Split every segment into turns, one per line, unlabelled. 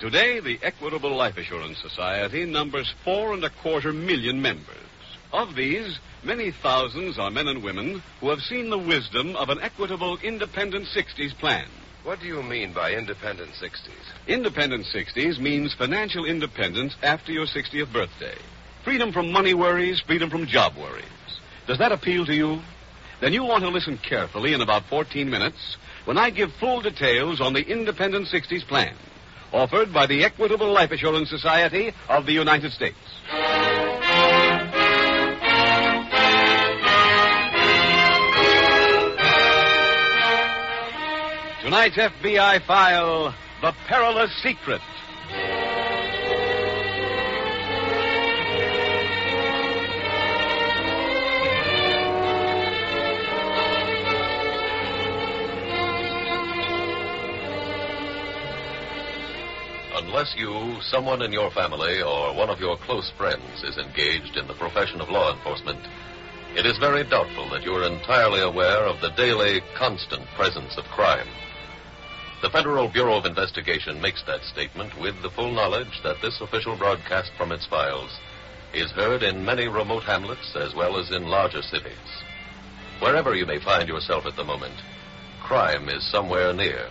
Today, the Equitable Life Assurance Society numbers four and a quarter million members. Of these, many thousands are men and women who have seen the wisdom of an equitable independent 60s plan.
What do you mean by independent 60s?
Independent 60s means financial independence after your 60th birthday. Freedom from money worries, freedom from job worries. Does that appeal to you? Then you want to listen carefully in about 14 minutes when I give full details on the Independent 60s plan, offered by the Equitable Life Assurance Society of the United States. Tonight's FBI file The Perilous Secret.
Unless you, someone in your family, or one of your close friends is engaged in the profession of law enforcement, it is very doubtful that you are entirely aware of the daily, constant presence of crime. The Federal Bureau of Investigation makes that statement with the full knowledge that this official broadcast from its files is heard in many remote hamlets as well as in larger cities. Wherever you may find yourself at the moment, crime is somewhere near.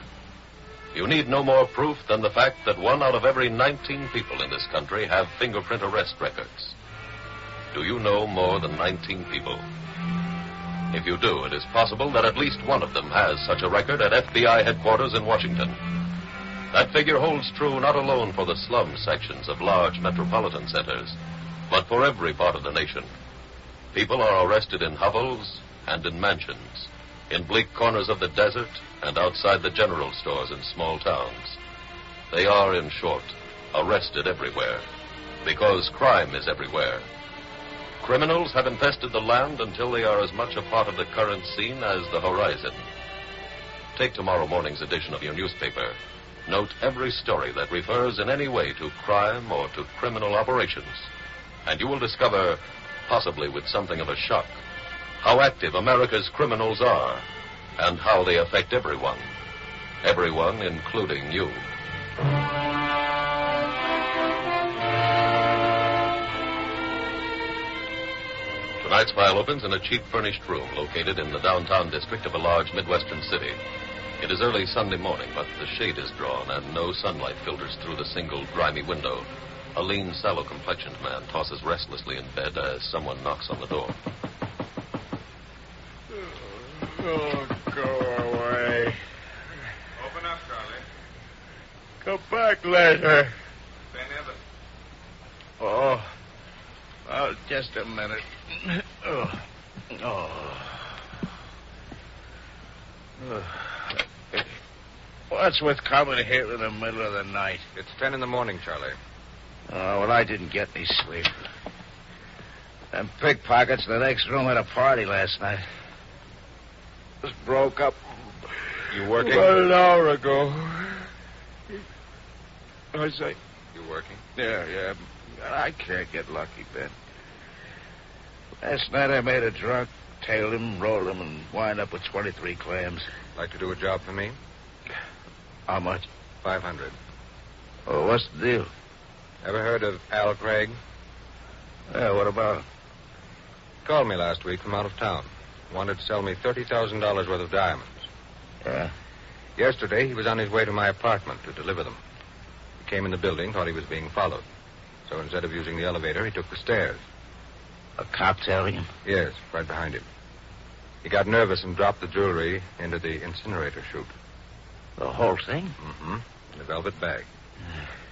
You need no more proof than the fact that one out of every 19 people in this country have fingerprint arrest records. Do you know more than 19 people? If you do, it is possible that at least one of them has such a record at FBI headquarters in Washington. That figure holds true not alone for the slum sections of large metropolitan centers, but for every part of the nation. People are arrested in hovels and in mansions in bleak corners of the desert and outside the general stores in small towns. They are, in short, arrested everywhere because crime is everywhere. Criminals have infested the land until they are as much a part of the current scene as the horizon. Take tomorrow morning's edition of your newspaper. Note every story that refers in any way to crime or to criminal operations, and you will discover, possibly with something of a shock, how active America's criminals are and how they affect everyone, everyone including you. Tonight's file opens in a cheap furnished room located in the downtown district of a large Midwestern city. It is early Sunday morning, but the shade is drawn and no sunlight filters through the single grimy window. A lean, sallow complexioned man tosses restlessly in bed as someone knocks on the door.
Oh, go away.
Open up, Charlie.
Come back later.
Ben Evans.
Oh. Oh, just a minute. Oh. Oh. Ugh. What's with coming here in the middle of the night?
It's ten in the morning, Charlie.
Oh, well, I didn't get any sleep. Them pickpockets in the next room had a party last night. Just broke up
You working?
about an hour ago. I say,
You working?
yeah, yeah. I can't get lucky, Ben. Last night I made a drunk, tailed him, rolled him, and wind up with 23 clams.
Like to do a job for me?
How much?
Five hundred.
Oh, what's the deal?
Ever heard of Al Craig?
Yeah, what about it?
Called me last week from out of town. Wanted to sell me thirty thousand dollars worth of diamonds.
Yeah.
Yesterday he was on his way to my apartment to deliver them. He came in the building, thought he was being followed. So instead of using the elevator, he took the stairs.
A cop tailing him?
Yes, right behind him. He got nervous and dropped the jewelry into the incinerator chute.
The whole thing?
Mm-hmm. In a velvet bag.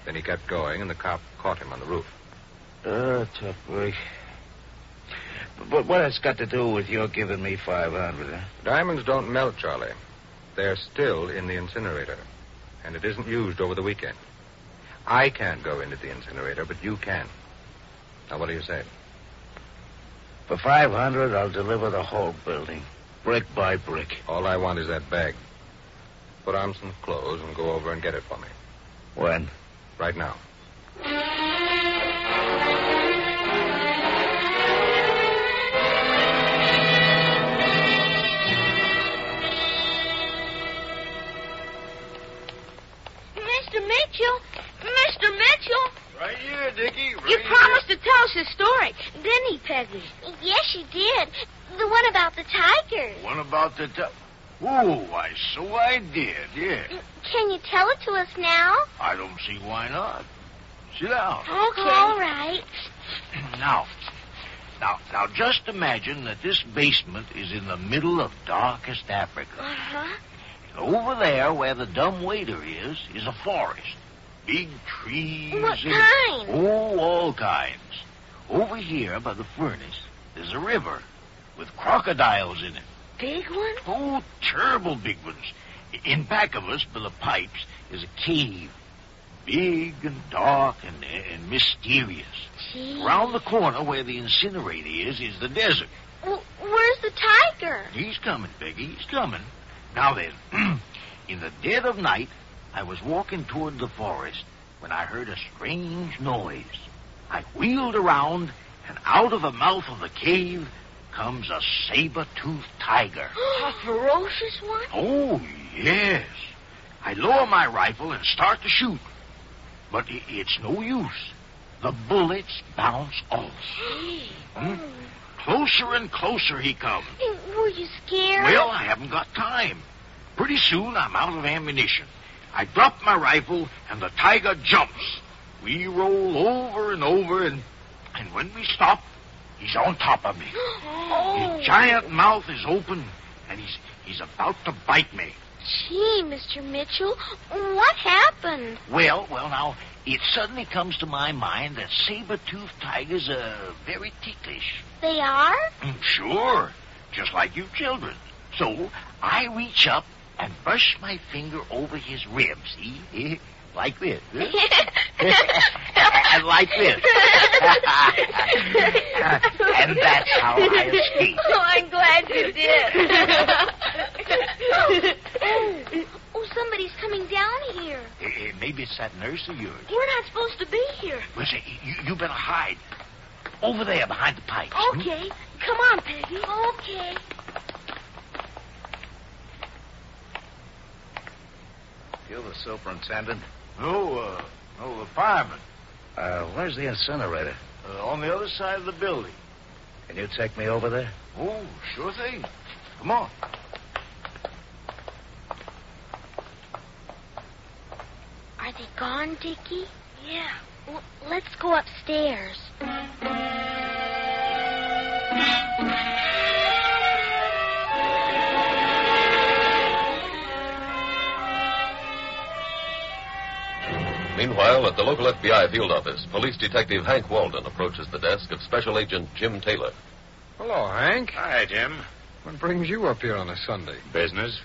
Then he kept going, and the cop caught him on the roof.
Oh, tough break. But what has got to do with your giving me 500, huh?
Diamonds don't melt, Charlie. They're still in the incinerator, and it isn't used over the weekend. I can't go into the incinerator, but you can. Now, what do you say?
For 500, I'll deliver the whole building, brick by brick.
All I want is that bag. Put on some clothes and go over and get it for me.
When?
Right now.
Mr. Mitchell, Mr. Mitchell,
Right here, Dickie.
you promised to tell us your story, didn't he, Peggy? Yes, you did. The one about the tiger.
One about the. Du- oh, I so I did, yeah.
Can you tell it to us now?
I don't see why not. Sit down.
Okay. All right.
now, now, now, just imagine that this basement is in the middle of darkest Africa.
Uh-huh.
Over there, where the dumb waiter is, is a forest. Big trees.
What
and-
kind?
Oh, all kinds. Over here by the furnace, there's a river with crocodiles in it.
Big one?
Oh, terrible big ones. I- In back of us, by the pipes, is a cave. Big and dark and, and mysterious.
Gee.
Round the corner where the incinerator is, is the desert.
W- where's the tiger?
He's coming, Peggy. He's coming. Now then, in the dead of night, I was walking toward the forest when I heard a strange noise. I wheeled around, and out of the mouth of the cave comes a saber-toothed tiger.
A ferocious one?
Oh, yes. I lower my rifle and start to shoot. But i- it's no use. The bullets bounce off.
Gee.
Hmm. Closer and closer he comes.
Were you scared?
Well, I haven't got time. Pretty soon I'm out of ammunition. I drop my rifle and the tiger jumps. We roll over and over and and when we stop, he's on top of me.
Oh.
His giant mouth is open and he's he's about to bite me.
Gee, Mr. Mitchell, what happened?
Well, well now, it suddenly comes to my mind that saber-toothed tigers are very ticklish.
They are?
Mm, Sure, just like you children. So I reach up and brush my finger over his ribs, see? like this. and like this. and that's how I escape.
Oh, I'm glad you did. oh, oh, somebody's coming down here.
Eh, eh, Maybe it's that nurse of yours.
We're not supposed to be here.
Listen, you, you better hide. Over there behind the pipes. hmm?
Okay. Come on, Peggy. Okay.
You're the superintendent? No, uh, no, the fireman. Uh, where's the incinerator? Uh, on the other side of the building. Can you take me over there? Oh, sure thing. Come on.
Are they gone, Dickie? Yeah. Well, let's go upstairs.
Meanwhile, at the local FBI field office, police detective Hank Walden approaches the desk of Special Agent Jim Taylor.
Hello, Hank.
Hi, Jim.
What brings you up here on a Sunday?
Business.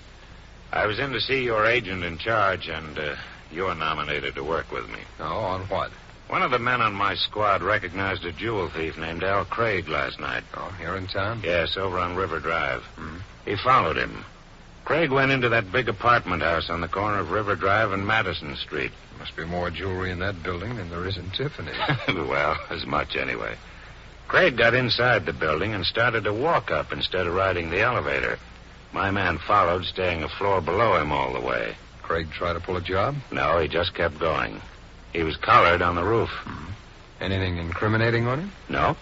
I was in to see your agent in charge, and uh, you're nominated to work with me.
Oh, on what?
One of the men on my squad recognized a jewel thief named Al Craig last night.
Oh, here in town?
Yes, over on River Drive.
Mm.
He followed him. Craig went into that big apartment house on the corner of River Drive and Madison Street.
Must be more jewelry in that building than there is in Tiffany.
well, as much anyway. Craig got inside the building and started to walk up instead of riding the elevator. My man followed, staying a floor below him all the way.
Craig tried to pull a job?
No, he just kept going. He was collared on the roof.
Mm. Anything incriminating on him?
No,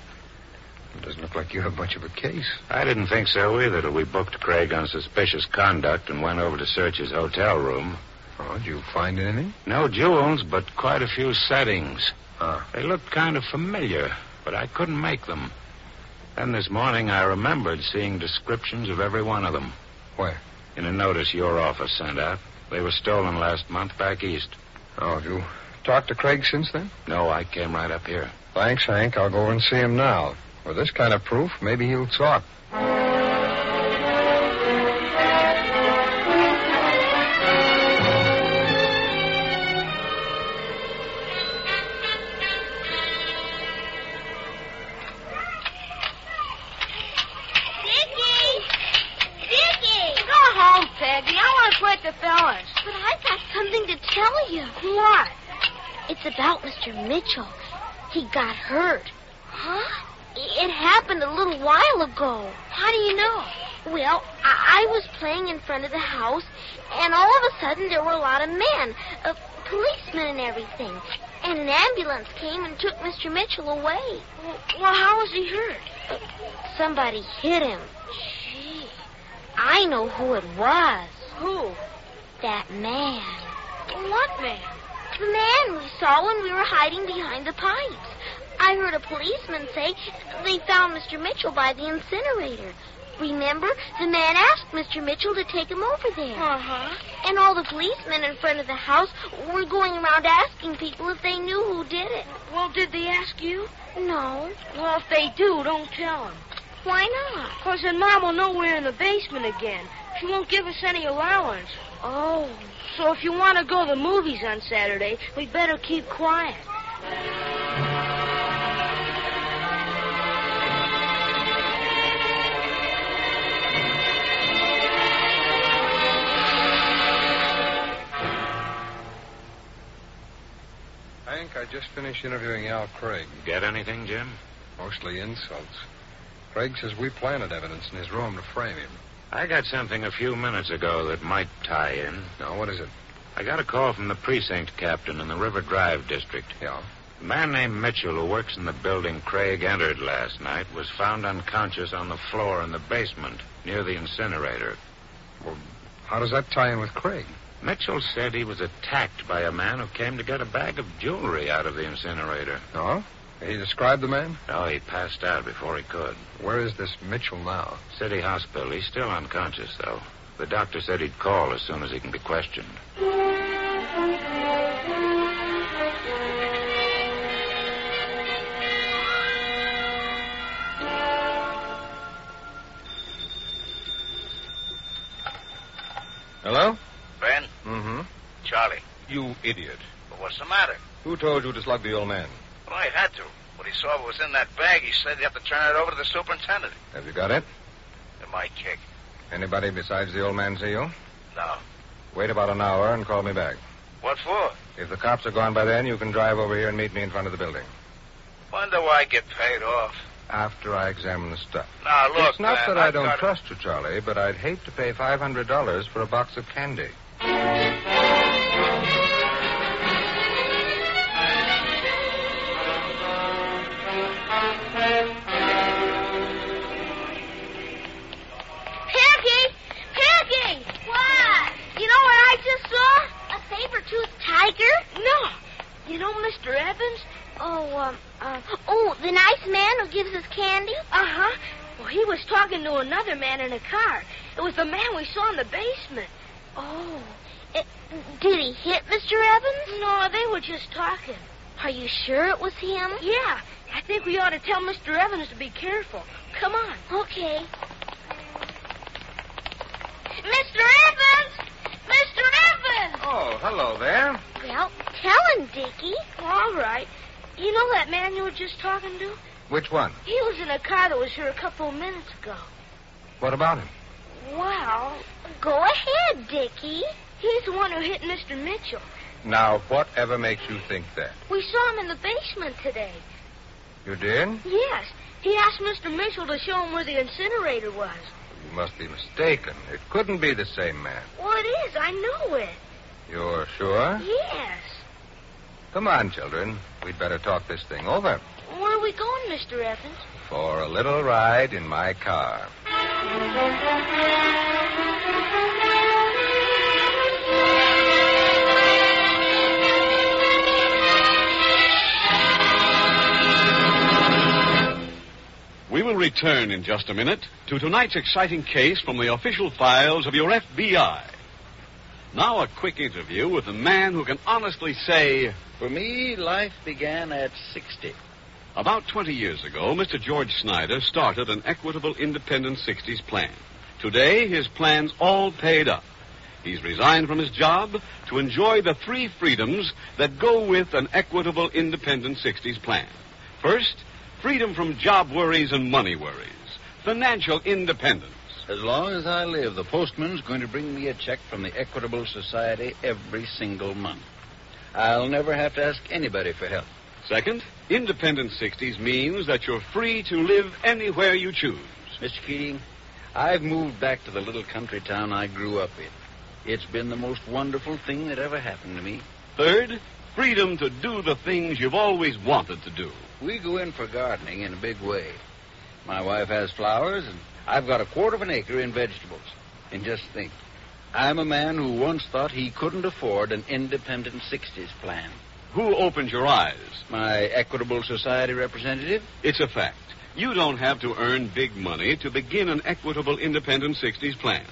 It doesn't look like you have much of a case.
I didn't think so either till we booked Craig on suspicious conduct and went over to search his hotel room.
Oh, did you find anything?
No jewels, but quite a few settings.
Ah.
They looked kind of familiar, but I couldn't make them. Then this morning I remembered seeing descriptions of every one of them
Where?
in a notice your office sent out. They were stolen last month back east.
Oh, have you talked to Craig since then?
No, I came right up here.
Thanks, Hank. I'll go over and see him now. With this kind of proof, maybe he'll talk.
Vicky! Vicky!
Go home, Peggy. I want to play with the fellas.
But I've got something to tell you.
What?
It's about Mr. Mitchell. He got hurt. Huh? It happened a little while ago. How do you know? Well, I, I was playing in front of the house, and all of a sudden there were a lot of men, uh, policemen and everything. And an ambulance came and took Mr. Mitchell away.
Well, how was he hurt?
Uh, somebody hit him. Gee, I know who it was.
Who?
That man.
What man?
The man we saw when we were hiding behind the pipes. I heard a policeman say they found Mr. Mitchell by the incinerator. Remember, the man asked Mr. Mitchell to take him over there.
Uh-huh.
And all the policemen in front of the house were going around asking people if they knew who did it.
Well, did they ask you?
No.
Well, if they do, don't tell them.
Why not?
Because then Mom will know we're in the basement again. She won't give us any allowance.
Oh.
So if you want to go to the movies on Saturday, we better keep quiet.
Hank, I just finished interviewing Al Craig.
Get anything, Jim?
Mostly insults. Craig says we planted evidence in his room to frame him.
I got something a few minutes ago that might tie in.
Now, what is it?
I got a call from the precinct captain in the River Drive district.
Yeah.
A man named Mitchell, who works in the building Craig entered last night, was found unconscious on the floor in the basement near the incinerator.
How does that tie in with Craig?
Mitchell said he was attacked by a man who came to get a bag of jewelry out of the incinerator.
No. He described the man?
No, he passed out before he could.
Where is this Mitchell now?
City hospital. He's still unconscious, though. The doctor said he'd call as soon as he can be questioned.
Hello?
Ben,
Mm-hmm.
Charlie,
You idiot.
what's the matter?
Who told you to slug the old man?
Well, I had to. When he saw what was in that bag, he said he'd have to turn it over to the superintendent.
Have you got it?
And my kick.
Anybody besides the old man see you?
No.
Wait about an hour and call me back.
What for?
If the cops are gone by then, you can drive over here and meet me in front of the building.
Wonder why I get paid off.
After I examine the stuff.
Now, look.
it's not
man,
that I
I've
don't
got-
trust you, Charlie, but I'd hate to pay $500 for a box of candy.
Peggy! Peggy! What? You know Oh, what I just saw? A saber-toothed tiger?
No. You know, Mr. Evans,
um, uh, oh,
Uh-huh. was talking to another man in a car. It was the man we saw in the basement.
Oh. It, did he hit Mr. Evans?
No, they were just talking.
Are you sure it was him?
Yeah, I think we ought to tell Mr. Evans to be careful. Come on.
Okay. Mr. Evans! Mr. Evans!
Oh, hello there.
Well, tell him, Dickie.
All right. You know that man you were just talking to?
Which one?
He was in a car that was here a couple of minutes ago.
What about him?
Well,
Go ahead, Dickie.
he's the one who hit Mr. Mitchell.
Now, whatever makes you think that?
We saw him in the basement today.
You did?
Yes. He asked Mr. Mitchell to show him where the incinerator was.
You must be mistaken. It couldn't be the same man.
Well, it is. I know it.
You're sure?
Yes.
Come on, children. We'd better talk this thing over.
Where are we going, Mr. Evans?
For a little ride in my car.
We will return in just a minute to tonight's exciting case from the official files of your FBI. Now, a quick interview with the man who can honestly say,
For me, life began at 60.
About 20 years ago, Mr. George Snyder started an equitable independent 60s plan. Today, his plan's all paid up. He's resigned from his job to enjoy the three freedoms that go with an equitable independent 60s plan. First, freedom from job worries and money worries, financial independence.
As long as I live, the postman's going to bring me a check from the Equitable Society every single month. I'll never have to ask anybody for help.
Second, independent 60s means that you're free to live anywhere you choose.
Mr. Keating, I've moved back to the little country town I grew up in. It's been the most wonderful thing that ever happened to me.
Third, freedom to do the things you've always wanted to do.
We go in for gardening in a big way. My wife has flowers, and I've got a quarter of an acre in vegetables. And just think, I'm a man who once thought he couldn't afford an independent 60s plan.
Who opened your eyes?
My Equitable Society representative?
It's a fact. You don't have to earn big money to begin an equitable independent 60s plan.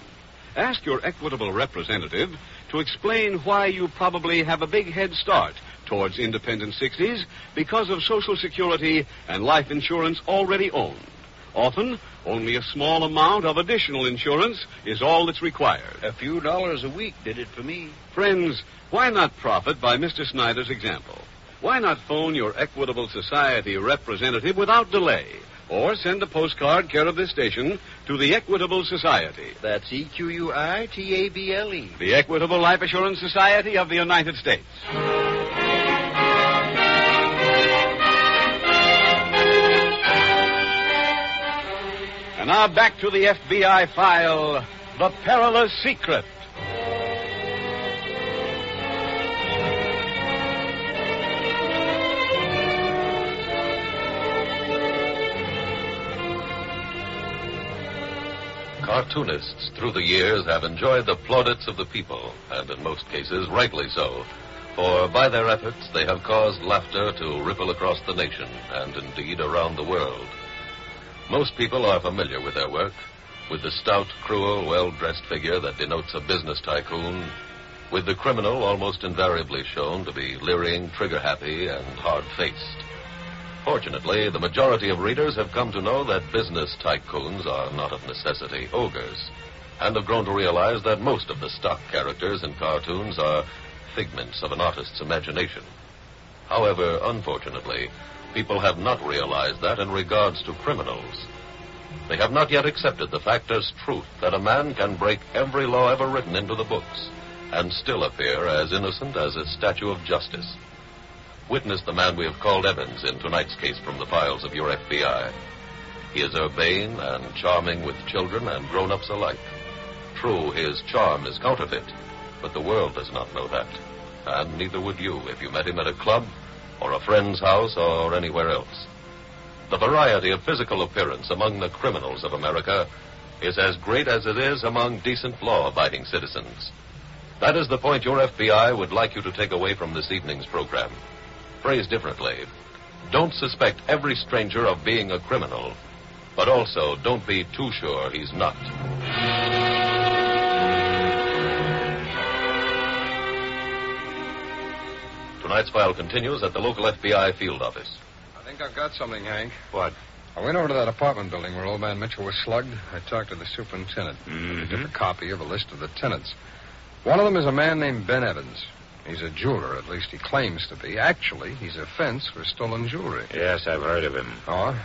Ask your equitable representative to explain why you probably have a big head start towards independent 60s because of Social Security and life insurance already owned. Often, only a small amount of additional insurance is all that's required.
A few dollars a week did it for me.
Friends, why not profit by Mr. Snyder's example? Why not phone your Equitable Society representative without delay? Or send a postcard care of this station to the Equitable Society,
That's E Q U I T A B L E.
the Equitable Life Assurance Society of the United States. And now back to the FBI file The Perilous Secret.
Cartoonists through the years have enjoyed the plaudits of the people, and in most cases, rightly so. For by their efforts, they have caused laughter to ripple across the nation and indeed around the world. Most people are familiar with their work, with the stout, cruel, well dressed figure that denotes a business tycoon, with the criminal almost invariably shown to be leering, trigger happy, and hard faced. Fortunately, the majority of readers have come to know that business tycoons are not of necessity ogres, and have grown to realize that most of the stock characters in cartoons are figments of an artist's imagination. However, unfortunately, people have not realized that in regards to criminals. They have not yet accepted the fact as truth that a man can break every law ever written into the books and still appear as innocent as a statue of justice. Witness the man we have called Evans in tonight's case from the files of your FBI. He is urbane and charming with children and grown ups alike. True, his charm is counterfeit, but the world does not know that. And neither would you if you met him at a club or a friend's house or anywhere else. The variety of physical appearance among the criminals of America is as great as it is among decent law abiding citizens. That is the point your FBI would like you to take away from this evening's program. Phrased differently, don't suspect every stranger of being a criminal, But also, don't be too sure he's not. Tonight's file continues at the local FBI field office.
I think I've got something, Hank.
What?
I went over to that apartment building where old man Mitchell was slugged. I talked to the superintendent. He took a copy of a list of the tenants. One of them is a man named Ben Evans. He's a jeweler, at least he claims to be. Actually, he's a fence for stolen jewelry.
Yes, I've heard of him.
Oh?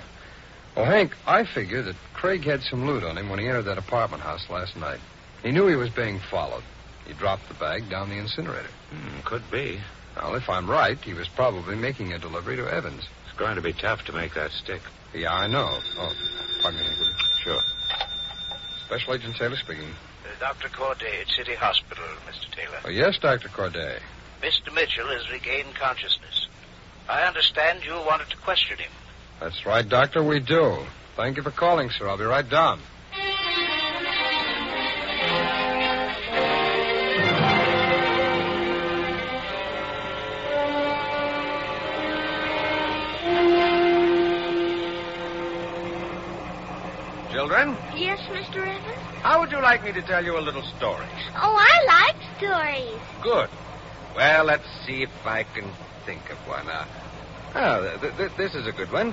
Well, Hank, I figure that Craig had some loot on him when he entered that apartment house last night. He knew he was being followed. He dropped the bag down the incinerator.
Hmm, could be.
Well, if I'm right, he was probably making a delivery to Evans.
It's going to be tough to make that stick.
Yeah, I know. Oh, pardon me, Hank. will you?
Sure.
Special Agent Taylor speaking.
Uh,
Dr. Corday at City Hospital, Mr. Taylor.
Oh, yes, Dr. Corday.
Mr. Mitchell has regained consciousness. I understand you wanted to question him.
That's right, Doctor, we do. Thank you for calling, sir. I'll be right down.
Children,
Yes, Mr. Evans?
how would you like me to tell you a little story?
Oh, I like stories.
Good. Well, let's see if I can think of one. Uh, oh, th- th- th- this is a good one.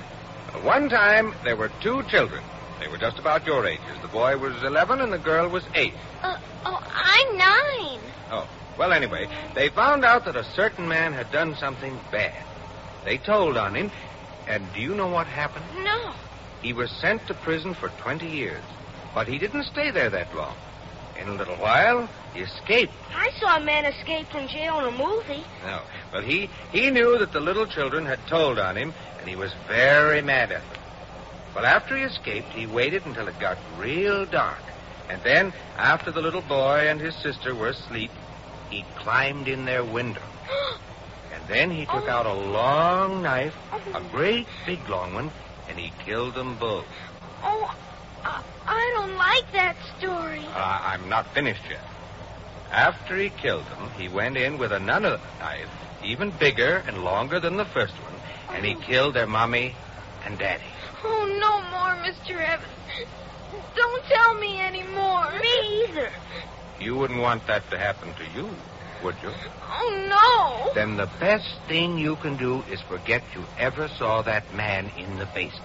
Uh, One time, there were two children. They were just about your ages. The boy was 11 and the girl was 8.
Uh, oh, I'm nine.
Oh, well, anyway, they found out that a certain man had done something bad. They told on him, and do you know what happened?
No.
He was sent to prison for 20 years, but he didn't stay there that long. In a little while, he escaped.
I saw a man escape from jail in a movie.
No, well, he, he knew that the little children had told on him, and he was very mad at them. Well, after he escaped, he waited until it got real dark. And then, after the little boy and his sister were asleep, he climbed in their window. And then he took out a long knife, a great big long one, and he killed them both.
Oh, I, I don't like that story.
Uh, I'm not finished yet. After he killed them, he went in with another knife, even bigger and longer than the first one, and he killed their mommy and daddy.
Oh, no more, Mr. Evans. Don't tell me anymore. Me either.
You wouldn't want that to happen to you, would you?
Oh, no.
Then the best thing you can do is forget you ever saw that man in the basement.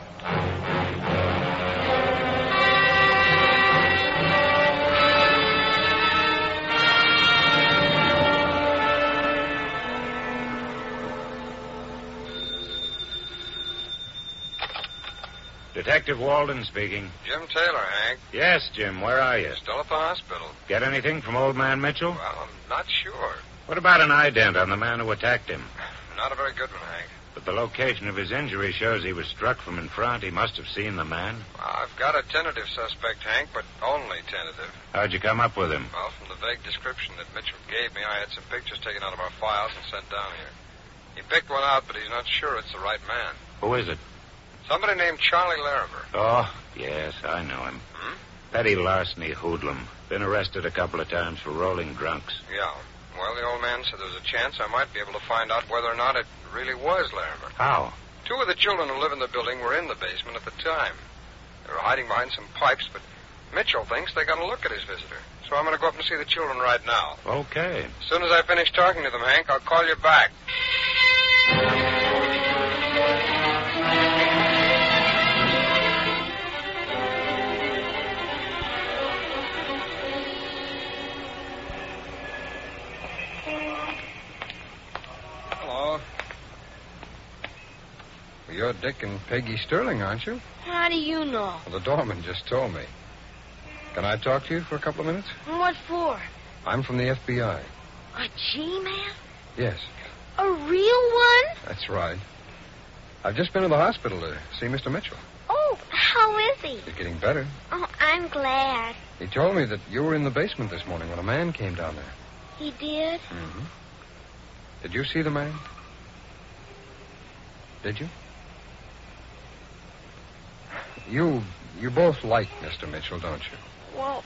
Detective Walden speaking.
Jim Taylor, Hank.
Yes, Jim, where are you?
Still at the hospital.
Get anything from old man Mitchell?
Well, I'm not sure.
What about an eye dent on the man who attacked him?
Not a very good one, Hank.
But the location of his injury shows he was struck from in front. He must have seen the man.
I've got a tentative suspect, Hank, but only tentative.
How'd you come up with him?
Well, from the vague description that Mitchell gave me, I had some pictures taken out of our files and sent down here. He picked one out, but he's not sure it's the right man.
Who is it?
Somebody named Charlie Larimer.
Oh, yes, I know him. Petty larceny hoodlum. Been arrested a couple of times for rolling drunks.
Yeah. Well, the old man said there was a chance I might be able to find out whether or not it really was Larimer.
How?
Two of the children who live in the building were in the basement at the time. They were hiding behind some pipes, but Mitchell thinks they got a look at his visitor. So I'm going to go up and see the children right now.
Okay.
As soon as I finish talking to them, Hank, I'll call you back. Hello. Well, you're Dick and Peggy Sterling, aren't you?
How do you know?
Well, the doorman just told me. Can I talk to you for a couple of minutes?
What for?
I'm from the FBI.
A G-man?
Yes,
A real one?
that's right. I've just been to the hospital to see Mr. Mitchell.
Oh, how is he?
He's getting better.
Oh, I'm glad.
He told me that you were in the basement this morning when a man came down there.
He did?
Mm-hmm. Did you see the man? Did you? You you both like Mr. Mitchell, don't you?
Well,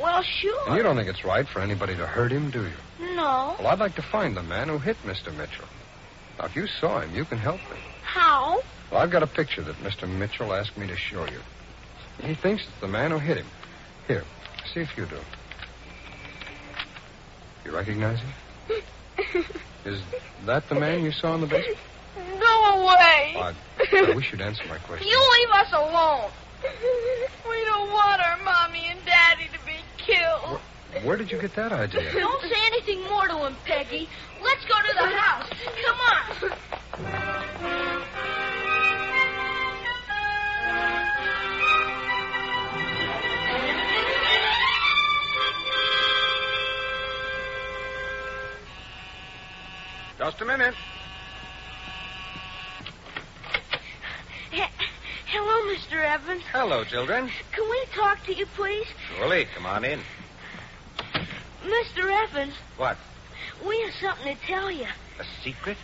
well, sure.
And you don't think it's right for anybody to hurt him, do you?
No.
Well, I'd like to find the man who hit Mr. Mitchell. Now, if you saw him, you can help me.
How?
Well, I've got a picture that Mr. Mitchell asked me to show you. He thinks it's the man who hit him. Here, see if you do. You recognize him? Is that the man you saw in the basement?
Go away.
I, I wish you'd answer my question.
You leave us alone. We don't want our mommy and daddy to be killed.
Where did you get that idea?
Don't say anything more to him, Peggy. Let's go to the house. Come on.
Just a minute.
Hello, Mr. Evans.
Hello, children.
Can we talk to you, please?
Surely, come on in.
Mr. Evans,
What?
We have something to tell you.
A secret?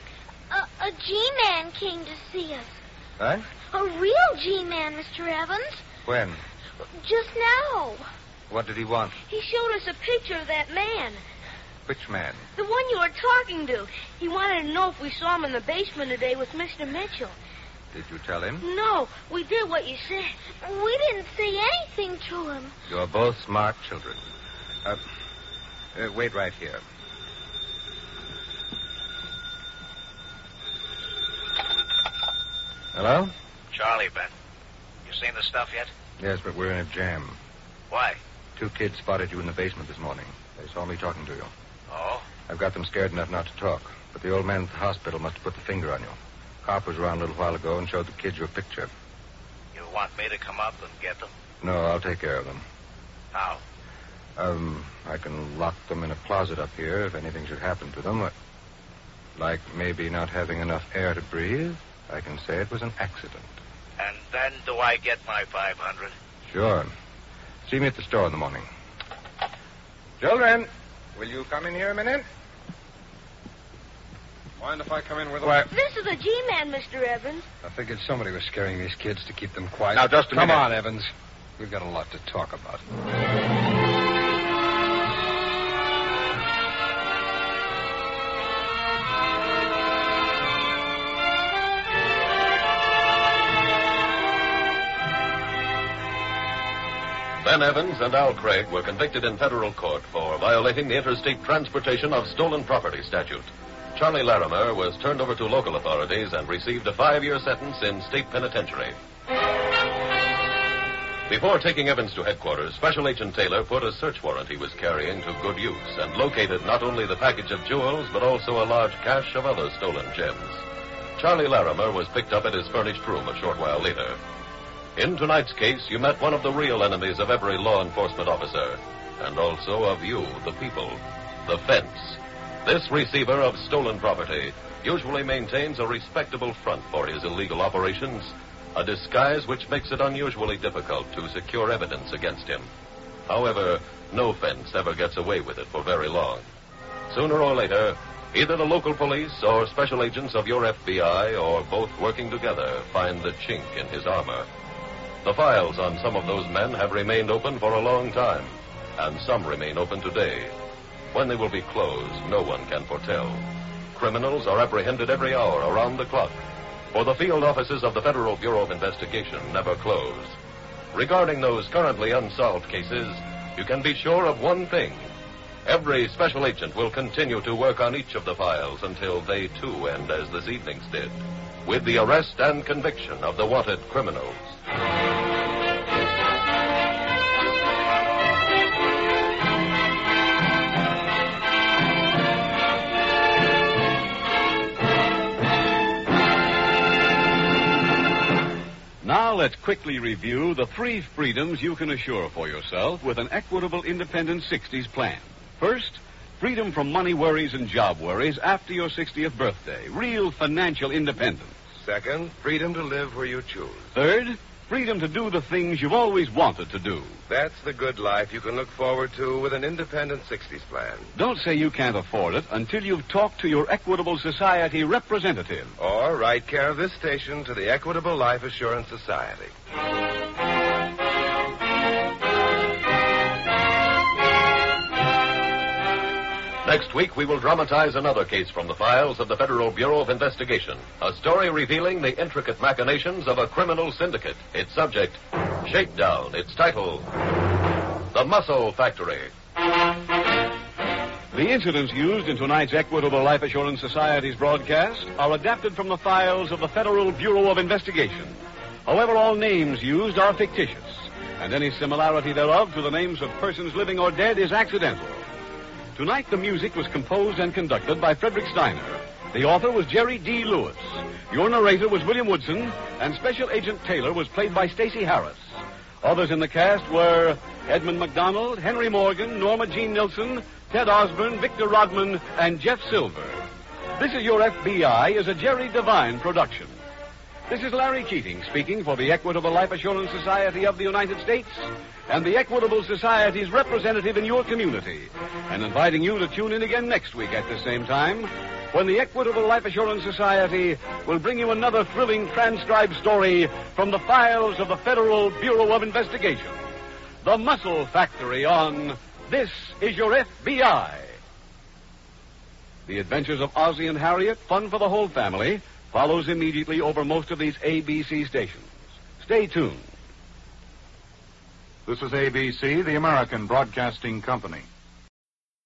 A, a G-man came to see us.
Huh?
A real G-man, Mr. Evans.
When?
Just now.
What did he want?
he showed us a picture of that man,
Which man?
the one you were talking to. He wanted to know if we saw him in the basement today with Mr. Mitchell.
Did you tell him?
No, we did what you said.
We didn't say anything to him.
You're both smart children. Uh, uh, wait right here.
Hello?
Charlie, Ben. You seen the stuff yet?
Yes, but we're in a jam.
Why?
Two kids spotted you in the basement this morning. They saw me talking to you.
Oh?
I've got them scared enough not to talk. But the old man at the hospital must have put the finger on you. Cop was around a little while ago and showed the kids your picture.
You want me to come up and get them?
No, I'll take care of them.
How?
Um, I can lock them in a closet up here if anything should happen to them. Uh, Like maybe not having enough air to breathe. I can say it was an accident.
And then do I get my 500?
Sure. See me at the store in the morning.
Children, will you come in here a minute?
Mind if I come in with
Why-
This is a G-man, Mr. Evans.
I figured somebody was scaring these kids to keep them quiet.
Now, just a
Come
minute.
on, Evans. We've got a lot to talk about.
Ben Evans and Al Craig were convicted in federal court for violating the interstate transportation of stolen property statute. Charlie Larimer was turned over to local authorities and received a five year sentence in state penitentiary. Before taking Evans to headquarters, Special Agent Taylor put a search warrant he was carrying to good use and located not only the package of jewels, but also a large cache of other stolen gems. Charlie Larimer was picked up at his furnished room a short while later. In tonight's case, you met one of the real enemies of every law enforcement officer, and also of you, the people, the fence. This receiver of stolen property usually maintains a respectable front for his illegal operations, a disguise which makes it unusually difficult to secure evidence against him. However, no fence ever gets away with it for very long. Sooner or later, either the local police or special agents of your FBI or both working together find the chink in his armor. The files on some of those men have remained open for a long time, and some remain open today. When they will be closed, no one can foretell. Criminals are apprehended every hour around the clock, for the field offices of the Federal Bureau of Investigation never close. Regarding those currently unsolved cases, you can be sure of one thing. Every special agent will continue to work on each of the files until they too end as this evening's did, with the arrest and conviction of the wanted criminals.
Now let's quickly review the three freedoms you can assure for yourself with an equitable independent 60s plan. First, freedom from money worries and job worries after your 60th birthday. Real financial independence.
Second, freedom to live where you choose.
Third, freedom to do the things you've always wanted to do.
That's the good life you can look forward to with an independent 60s plan.
Don't say you can't afford it until you've talked to your Equitable Society representative.
Or write care of this station to the Equitable Life Assurance Society.
Next week, we will dramatize another case from the files of the Federal Bureau of Investigation. A story revealing the intricate machinations of a criminal syndicate. Its subject, Shakedown. Its title, The Muscle Factory.
The incidents used in tonight's Equitable Life Assurance Society's broadcast are adapted from the files of the Federal Bureau of Investigation. However, all names used are fictitious, and any similarity thereof to the names of persons living or dead is accidental. Tonight, the music was composed and conducted by Frederick Steiner. The author was Jerry D. Lewis. Your narrator was William Woodson, and Special Agent Taylor was played by Stacey Harris. Others in the cast were Edmund McDonald, Henry Morgan, Norma Jean Nilsson, Ted Osborne, Victor Rodman, and Jeff Silver. This is Your FBI is a Jerry Devine production. This is Larry Keating speaking for the Equitable Life Assurance Society of the United States and the Equitable Society's representative in your community, and inviting you to tune in again next week at the same time when the Equitable Life Assurance Society will bring you another thrilling transcribed story from the files of the Federal Bureau of Investigation. The Muscle Factory on This Is Your FBI. The Adventures of Ozzie and Harriet, fun for the whole family, follows immediately over most of these ABC stations. Stay tuned.
This is ABC, the American Broadcasting Company.